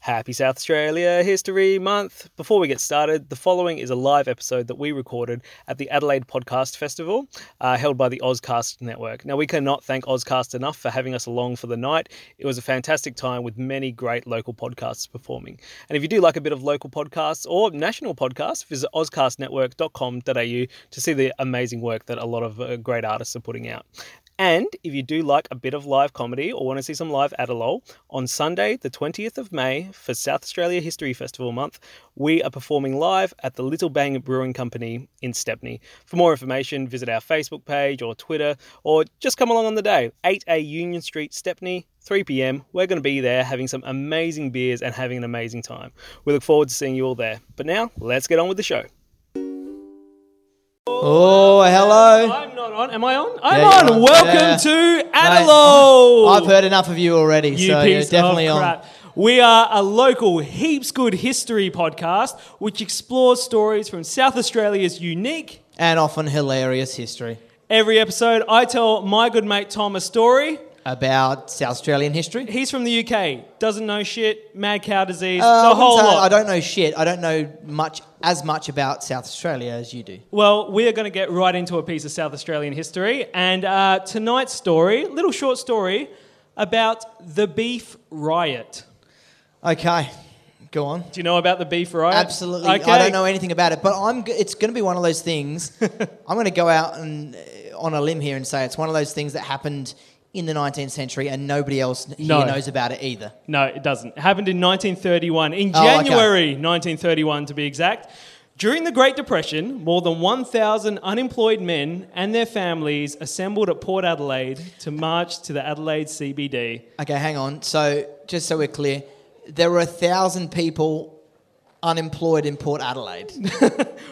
Happy South Australia History Month. Before we get started, the following is a live episode that we recorded at the Adelaide Podcast Festival, uh, held by the Ozcast Network. Now, we cannot thank Ozcast enough for having us along for the night. It was a fantastic time with many great local podcasts performing. And if you do like a bit of local podcasts or national podcasts, visit ozcastnetwork.com.au to see the amazing work that a lot of uh, great artists are putting out. And if you do like a bit of live comedy or want to see some live Adelol, on Sunday, the 20th of May, for South Australia History Festival month, we are performing live at the Little Bang Brewing Company in Stepney. For more information, visit our Facebook page or Twitter, or just come along on the day, 8A Union Street, Stepney, 3 p.m. We're going to be there having some amazing beers and having an amazing time. We look forward to seeing you all there. But now, let's get on with the show. Oh, hello. I'm not on. Am I on? I'm Yeah, on. you're on. Welcome to Adelo. I've heard enough of you already, Oh. You so you're piece definitely of on. crap. We are a local heaps good history podcast which explores stories from South Australia's unique. And often hilarious history Every episode, I tell my good mate Tom a story. about South Australian history. He's from the UK, doesn't know shit, mad cow disease, Uh, I the wouldn't whole say I lot. don't know shit. I don't know much as much about South Australia as you do. Well, we are going to get right into a piece of South Australian history, and uh, tonight's story, little short story, about the beef riot. Okay, go on. Do you know about the beef riot? Absolutely, I don't know anything about it, but I'm. g- It's going to be one of those things. I'm going to go out and uh, on a limb here and say it's one of those things that happened in the 19th century and nobody else here No. knows about it either. No, it doesn't. It happened in 1931, in Oh, okay. January 1931 to be exact. During the Great Depression, more than 1,000 unemployed men and their families assembled at Port Adelaide to march to the Adelaide CBD. Okay, hang on. So, just so we're clear, there were a thousand people unemployed in Port Adelaide.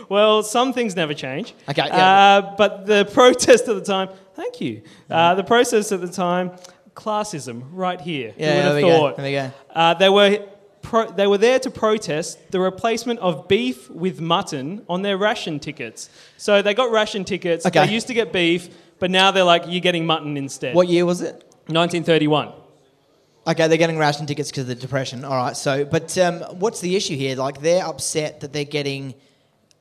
Well, some things never change. Okay, yeah. Uh, but the protest at the time, thank you. Uh, the protest at the time, classism, right here. Who Yeah, would there have we go, thought? there we go. Uh, they were. Pro- they were there to protest the replacement of beef with mutton on their ration tickets. So they got ration tickets. Okay. They used to get beef, but now they're like, you're getting mutton instead. What year was it? 1931. Okay, they're getting ration tickets because of the depression. All right. So, but um, what's the issue here? Like, they're upset that they're getting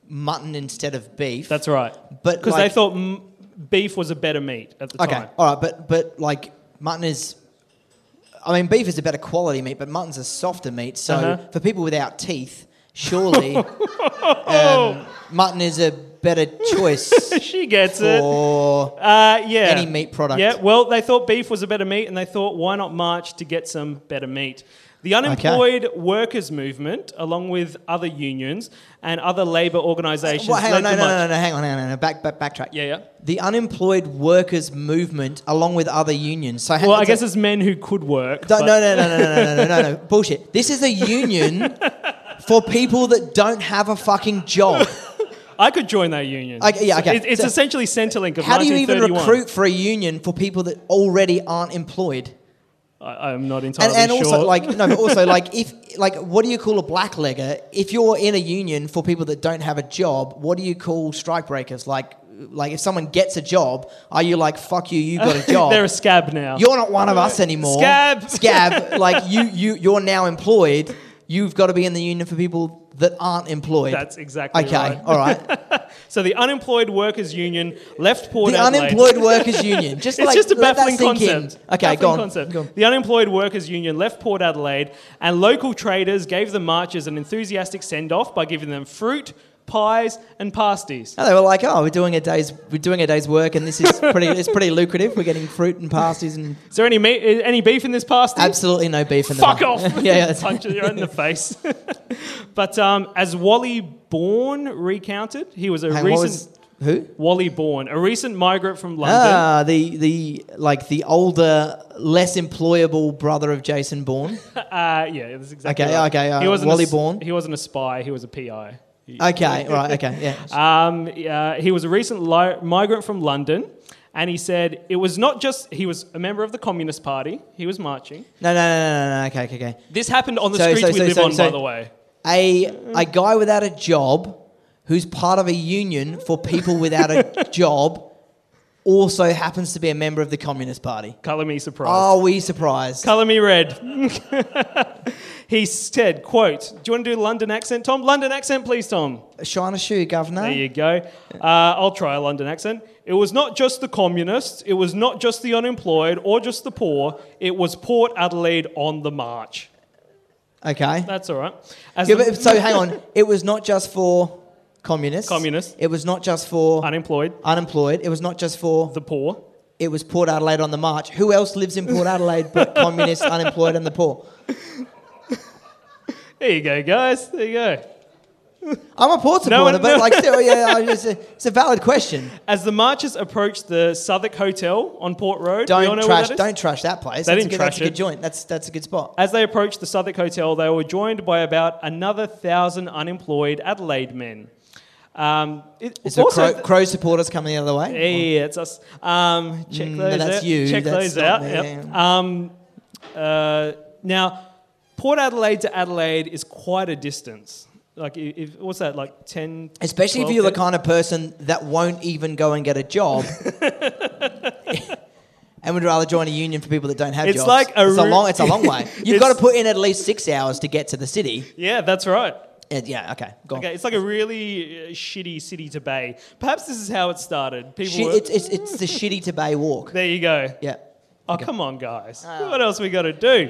mutton instead of beef. That's right. But, Because like- they thought m- beef was a better meat at the okay. time. All right, but but like mutton is. I mean, beef is a better quality meat, but mutton's a softer meat. So Uh-huh. for people without teeth, surely um, mutton is a better choice she gets it. for Uh, yeah. Any meat product. Yeah, well, they thought beef was a better meat, and they thought, why not march to get some better meat? The unemployed workers movement, along with other unions and other labour organisations, Well, hang on, led no, the no, no, march. no, no, hang on, hang on, no, back, back, backtrack. Yeah, yeah. The unemployed workers movement, along with other unions. So, hang- Well, I it's guess a- it's men who could work. don't- but- no, no, no, no, no, no, no, no, no, bullshit. This is a union for people that don't have a fucking job. I could join that union. I- yeah, okay. It- it's So- essentially Centrelink of How do you even 1931. recruit for a union for people that already aren't employed? I, I'm not And, entirely and sure. also, like, no, but also, like, if, like, what do you call a blacklegger? If you're in a union for people that don't have a job, what do you call strike breakers? Like, like, if someone gets a job, are you like, fuck you, you got a job? they're a scab now. oh. you're not one of us anymore. Scab. Scab. Like, you, you, you're now employed. You've got to be in the union for people that aren't employed. That's exactly okay. right. All right. So the unemployed workers union left Port The Adelaide. unemployed workers union. Just It's like just a let that baffling sink in. concept. Okay, Baffling go on. concept. Go on. The unemployed workers union left Port Adelaide, and local traders gave the marchers an enthusiastic send off by giving them fruit, pies, and pasties. No, they were like, "Oh, we're doing a day's we're doing a day's work, and this is pretty it's pretty lucrative. We're getting fruit and pasties, and Is there any meat, eh, any beef in this pasty? absolutely no beef in the Fuck bun." off! yeah, yeah, that's- punch you right in the face. but um, as Wally Bourne recounted, he was a Hang on, what recent was who? Wally Bourne, a recent migrant from London. Ah, the the like the older, less employable brother of Jason Bourne. Uh, yeah, that's exactly Okay, right. okay, uh, wasn't Wally a, s- Bourne. He wasn't a spy. He was a PI. He- Okay, right, okay, yeah. Um, uh, he was a recent li- migrant from London, and he said it was not just he was a member of the Communist Party. He was marching. No, no, no, no, no. Okay, okay, okay. This happened on the So- streets so- we so- live so- on, so- by the way. A a guy without a job, who's part of a union for people without a job, also happens to be a member of the Communist Party. Colour me surprised. Are we surprised? Colour me red. He said, quote, do you want to do London accent, Tom? London accent, please, Tom. Shine a shoe, governor. There you go. Uh, I'll try a London accent. It was not just the communists, it was not just the unemployed or just the poor, it was Port Adelaide on the march. Okay. That's all right. As Yeah, the- but, so hang on. It was not just for communists. Communists. It was not just for unemployed, unemployed. It was not just for. the poor. It was Port Adelaide on the march. Who else lives in Port Adelaide but communists, unemployed, and the poor? There you go, guys. There you go. I'm a Port supporter, one- but no. like, still, yeah, I- it's a, it's a valid question. As the marchers approached the Southwark Hotel on Port Road, we all Don't know trash. where that is? Don't trash that place. They that's didn't a good, trash That's a good it. Uh, joint. That's that's a good spot. As they approached the Southwark Hotel, they were joined by about another thousand unemployed Adelaide men. Um, it- Is there also, crow, crow supporters coming the other way? Hey, it's us. Um, check Mm, no, those that's out. you, Check that's those out. not me. Yep. Um, uh, now, Port Adelaide to Adelaide is quite a distance. Like, i- if, what's that? Like 10? Especially if 12, you're the 10? kind of person that won't even go and get a job. And would rather join a union for people that don't have It's jobs. like a it's a ru- long. It's a long way. You've It's- got to put in at least six hours to get to the city. Yeah, that's right. Uh, yeah. Okay. Go on. Okay, it's like a really uh, shitty city to bay. Perhaps this is how it started. People, Shi- were- it's, it's, it's the shitty to bay walk. there you go. Yeah. Oh, come on, guys. what else we got to do?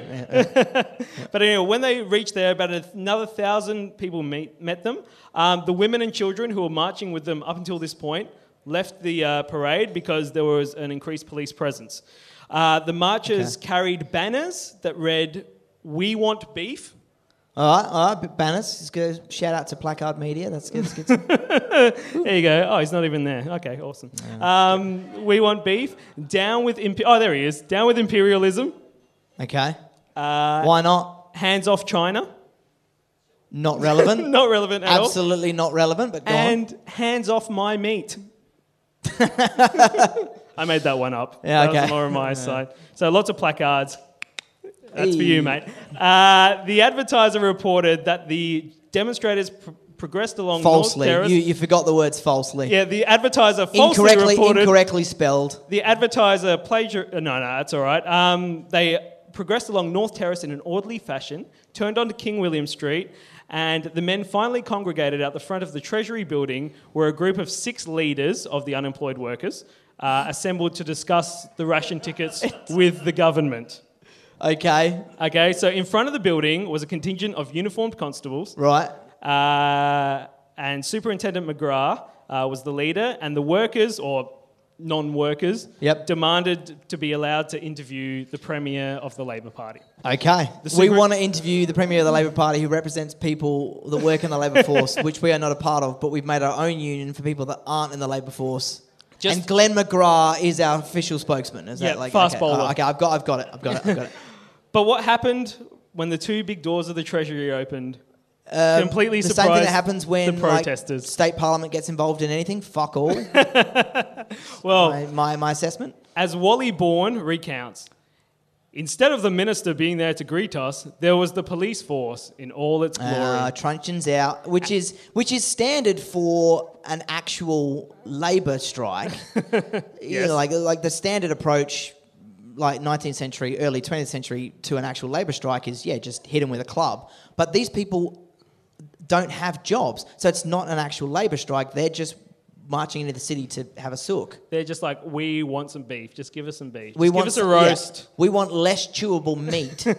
but anyway, when they reached there, about another thousand people meet, met them. Um, the women and children who were marching with them up until this point left the uh, parade because there was an increased police presence. Uh, the marchers carried banners that read, We want beef. All right. All right. b- Banners. It's good. Shout out to Placard Media. That's good. That's good. There you go. Oh, he's not even there. Okay, awesome. Um, we want beef. Down with. Imp- oh, there he is. Down with imperialism. okay. Uh, Why not? hands off China. Not relevant. Not relevant at all. Absolutely not relevant. But go on. and hands off my meat. I made that one up. Yeah, that was okay. more on my side. So lots of placards. That's for Eee. you, mate. Uh, the advertiser reported that the demonstrators pr- progressed along Falsely. North Terrace. You, you forgot the words falsely. yeah, the advertiser falsely incorrectly. reported Incorrectly spelled. the advertiser plagiar. uh, No, no, that's all right. Um, they progressed along North Terrace in an orderly fashion, turned onto King William Street, and the men finally congregated out the front of the Treasury building, where a group of six leaders of the unemployed workers uh, assembled to discuss the ration tickets with the government. Okay. Okay, so in front of the building was a contingent of uniformed constables, Right. uh, and Superintendent McGrath uh, was the leader, and the workers or non-workers Yep. demanded to be allowed to interview the premier of the Labor Party. Okay. The we super- want to interview the Premier of the Labour Party who represents people that work in the Labour force, which we are not a part of, but we've made our own union for people that aren't in the Labour force. Just- and Glenn McGrath is our official spokesman. Is Yeah, that like fast okay, bowler. alright, okay, I've got, I've got it. I've got it. I've got it. But what happened when the two big doors of the Treasury opened? Um, Completely the surprised same thing that happens when the like, protesters. state parliament gets involved in anything. Fuck all. well, my, my, my assessment. As Wally Bourne recounts, instead of the minister being there to greet us, there was the police force in all its glory. Uh, truncheons out, which is which is standard for an actual labour strike. You Yes. know, like like the standard approach, like 19th century, early 20th century to an actual labour strike is yeah, just hit them with a club. But these people don't have jobs, so it's not an actual labour strike. They're just marching into the city to have a sook. They're just like, we want some beef. Just give us some beef. We Just want give us a some- yeah. roast. we want less chewable meat in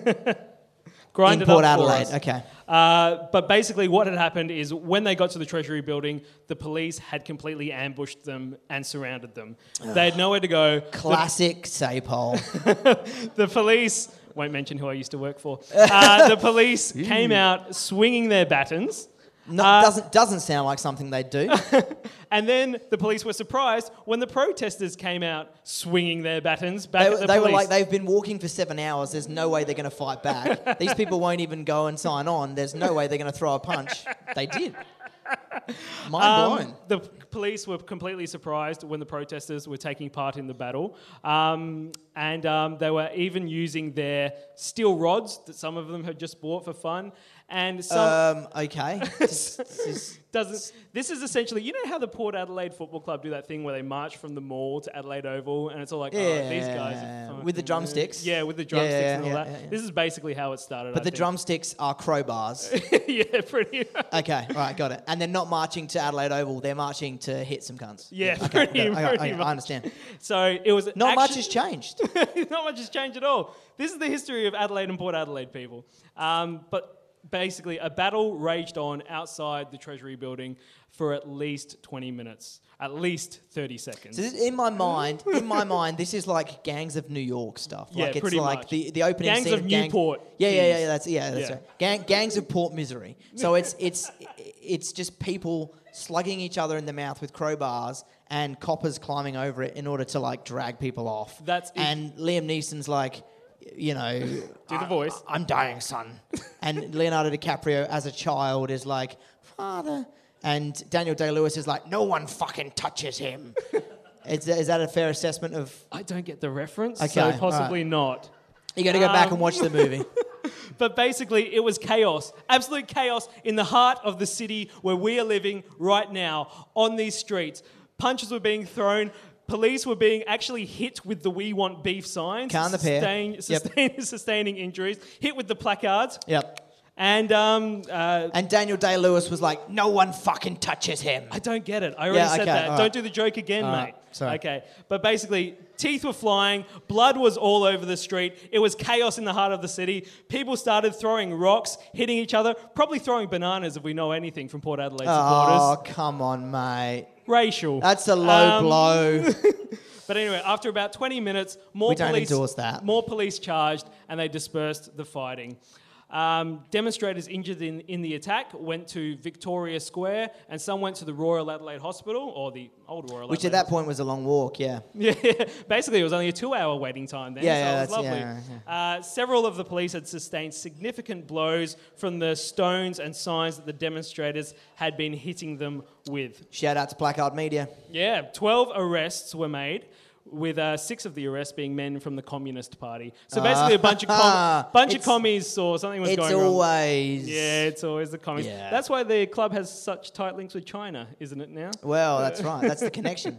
Grind it Port up for Adelaide. us. Okay. Uh, but basically, what had happened is when they got to the Treasury building, the police had completely ambushed them and surrounded them. They had nowhere to go. Classic Sapole. The police won't mention who I used to work for. Uh, the police came out swinging their batons. No, Uh, doesn't doesn't sound like something they'd do. And then the police were surprised when the protesters came out swinging their batons back They, at the they were police. like, they've been walking for seven hours. There's no way they're going to fight back. These people won't even go and sign on. There's no way they're going to throw a punch. They did. Mind Um, blown. the p- police were completely surprised when the protesters were taking part in the battle. Um, and um, they were even using their steel rods that some of them had just bought for fun. And some, Um, okay. Just- just- doesn't. This is essentially, you know how the Port Adelaide Football Club do that thing where they march from the mall to Adelaide Oval, and it's all like, oh, these guys Yeah, are with the fucking- drumsticks. Yeah, with the Yeah, yeah, drumsticks and all yeah, that. yeah, yeah. This is basically how it started. but I the think. drumsticks are crowbars. yeah, pretty. Okay, all right, got it. And they're not marching to Adelaide Oval. They're marching to hit some cunts. Yeah, okay, pretty- got it. Okay, pretty okay, much. I understand. So it was Not action- much has changed. not much has changed at all. This is the history of Adelaide and Port Adelaide people. Um, but basically, a battle raged on outside the Treasury building for at least 20 minutes, at least 30 seconds. So this, in my mind, in my mind, this is like Gangs of New York stuff. Yeah, like it's pretty like much. the the opening Gangs scene of Newport. Yeah, yeah, yeah, Jeez. yeah. That's yeah, that's Yeah. right. Gang, gangs of Port Misery. So it's it's it's just people slugging each other in the mouth with crowbars and coppers climbing over it in order to like drag people off. That's it. and Liam Neeson's like. You know, do the voice. I, am dying, son. and Leonardo DiCaprio, as a child, is like, father. And Daniel Day Lewis is like, no one fucking touches him. Is that, is that a fair assessment of? I don't get the reference, so Okay, possibly not. You got to go back Um, and watch the movie. But basically, it was chaos, absolute chaos in the heart of the city where we are living right now on these streets. Punches were being thrown. Police were being actually hit with the "We Want Beef" signs, Can't appear. sustain, Yep. sustain, sustaining injuries. Hit with the placards, yep. and um, uh, And Daniel Day Lewis was like, no one fucking touches him. I don't get it. I already Yeah, said okay, that. all Don't right. do the joke again, All mate. right, sorry. Okay. But basically, teeth were flying, blood was all over the street. It was chaos in the heart of the city. People started throwing rocks, hitting each other, probably throwing bananas if we know anything from Port Adelaide Oh, supporters. come on, mate. Racial. That's a low Um, blow. But anyway, after about 20 minutes, more We don't police endorse that. more police charged and they dispersed the fighting. Um, demonstrators injured in, in the attack went to Victoria Square and some went to the Royal Adelaide Hospital or the old Royal Which Adelaide at that point was a long walk, yeah. Yeah, basically, it was only a two hour waiting time then, Yeah, so yeah, it was that's- lovely. yeah, Uh, several of the police had sustained significant blows from the stones and signs that the demonstrators had been hitting them with. Shout out to Placard Media. Yeah, 12 arrests were made. With uh, six of the arrests being men from the Communist Party, so basically a bunch of com- bunch of Ah, It's- commies saw something was It's going wrong. always. Yeah, it's always the commies. Yeah. That's why the club has such tight links with China, isn't it? Now, Well, that's right. That's the connection.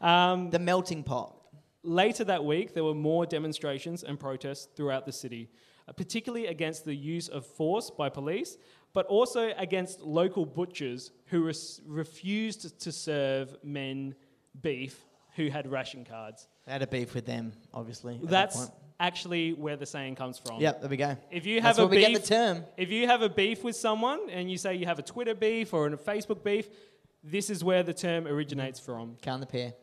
the melting pot. Later that week, there were more demonstrations and protests throughout the city, uh, particularly against the use of force by police, but also against local butchers who res- refused to serve men beef who had ration cards. I had a beef with them, obviously. at that That's point. actually where the saying comes from. Yep, there we go. If you have That's a where we beef, get the term. if you have a beef with someone and you say you have a Twitter beef or a Facebook beef, this is where the term originates from. Count the pair.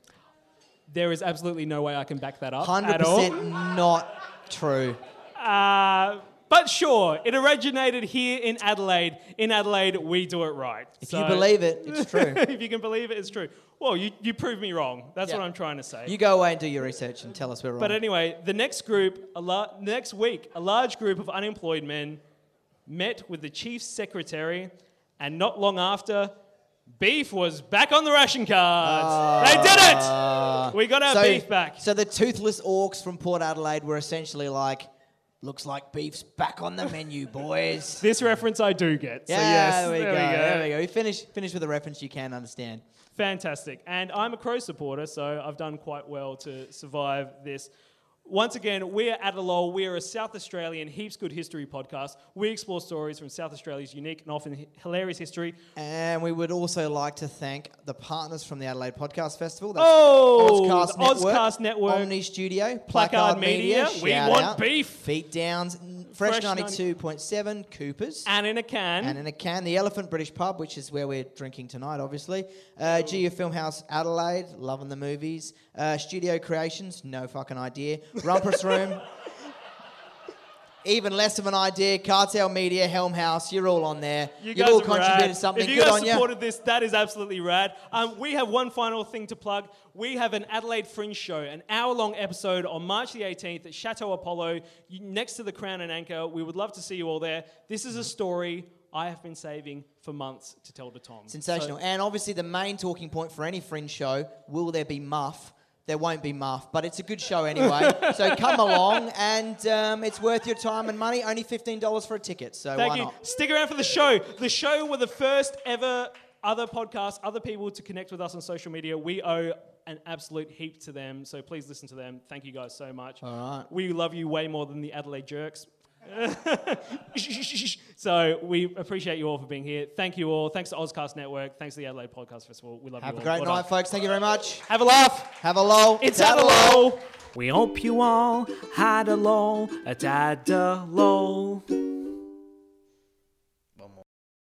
There is absolutely no way I can back that up at all. 100% not true. Uh, but sure, it originated here in Adelaide. In Adelaide, we do it right. If you believe it, it's true. if you can believe it, it's true. Well, you, you prove me wrong. That's Yeah. what I'm trying to say. You go away and do your research and tell us we're wrong. but anyway, the next group, a la- next week, a large group of unemployed men met with the chief secretary, and not long after, beef was back on the ration cards. they did it! We got our beef back. Ah. So the toothless orcs from Port Adelaide were essentially like, looks like beef's back on the menu, boys. this reference I do get. so yes, there, we, there go, There we go. We finish, finish with a reference you can understand. Fantastic. And I'm a Crow supporter, so I've done quite well to survive this. Once again, we're at a lull. We're a South Australian heaps good history podcast. We explore stories from South Australia's unique and often hi- hilarious history. And we would also like to thank the partners from the Adelaide Podcast Festival. That's Oh, Ozcast, the Network, Ozcast Network. Omni Studio, Placard Placard, Media, Media. We shout Want out, Beef. Feet Downs, Fresh, Fresh 92.7, Coopers. And in a can. And in a can, the Elephant British Pub, which is where we're drinking tonight, obviously. Uh, Geo Filmhouse Adelaide, loving the movies. Uh, Studio Creations, no fucking idea. Rumpus Room, even less of an idea. Cartel Media, Helm House, you're all on there. you You've guys all are contributed rad. something. If you Good guys on you. supported this, that is absolutely rad. Um, we have one final thing to plug. We have an Adelaide Fringe show, an hour-long episode on March the 18th at Chateau Apollo, you- next to the Crown and Anchor. We would love to see you all there. This is a story I have been saving for months to tell to Tom. So- Sensational. and obviously, the main talking point for any fringe show will there be muff? There won't be muff, but it's a good show anyway. so come along, and um, it's worth your time and money. Only $15 for a ticket, so Thank why you. not? Stick around for the show. The show were the first ever other podcast, other people to connect with us on social media. We owe an absolute heap to them. So please listen to them. Thank you guys so much. All right. We love you way more than the Adelaide jerks. so we appreciate you all for being here. Thank you all. Thanks to Ozcast Network. Thanks to the Adelaide Podcast Festival. We love Have you a all. great Well night, done. folks. Thank you very much. Have a laugh. Have a lull. It's Have a lull. Adelaide. We hope you all had a low, a tad a low.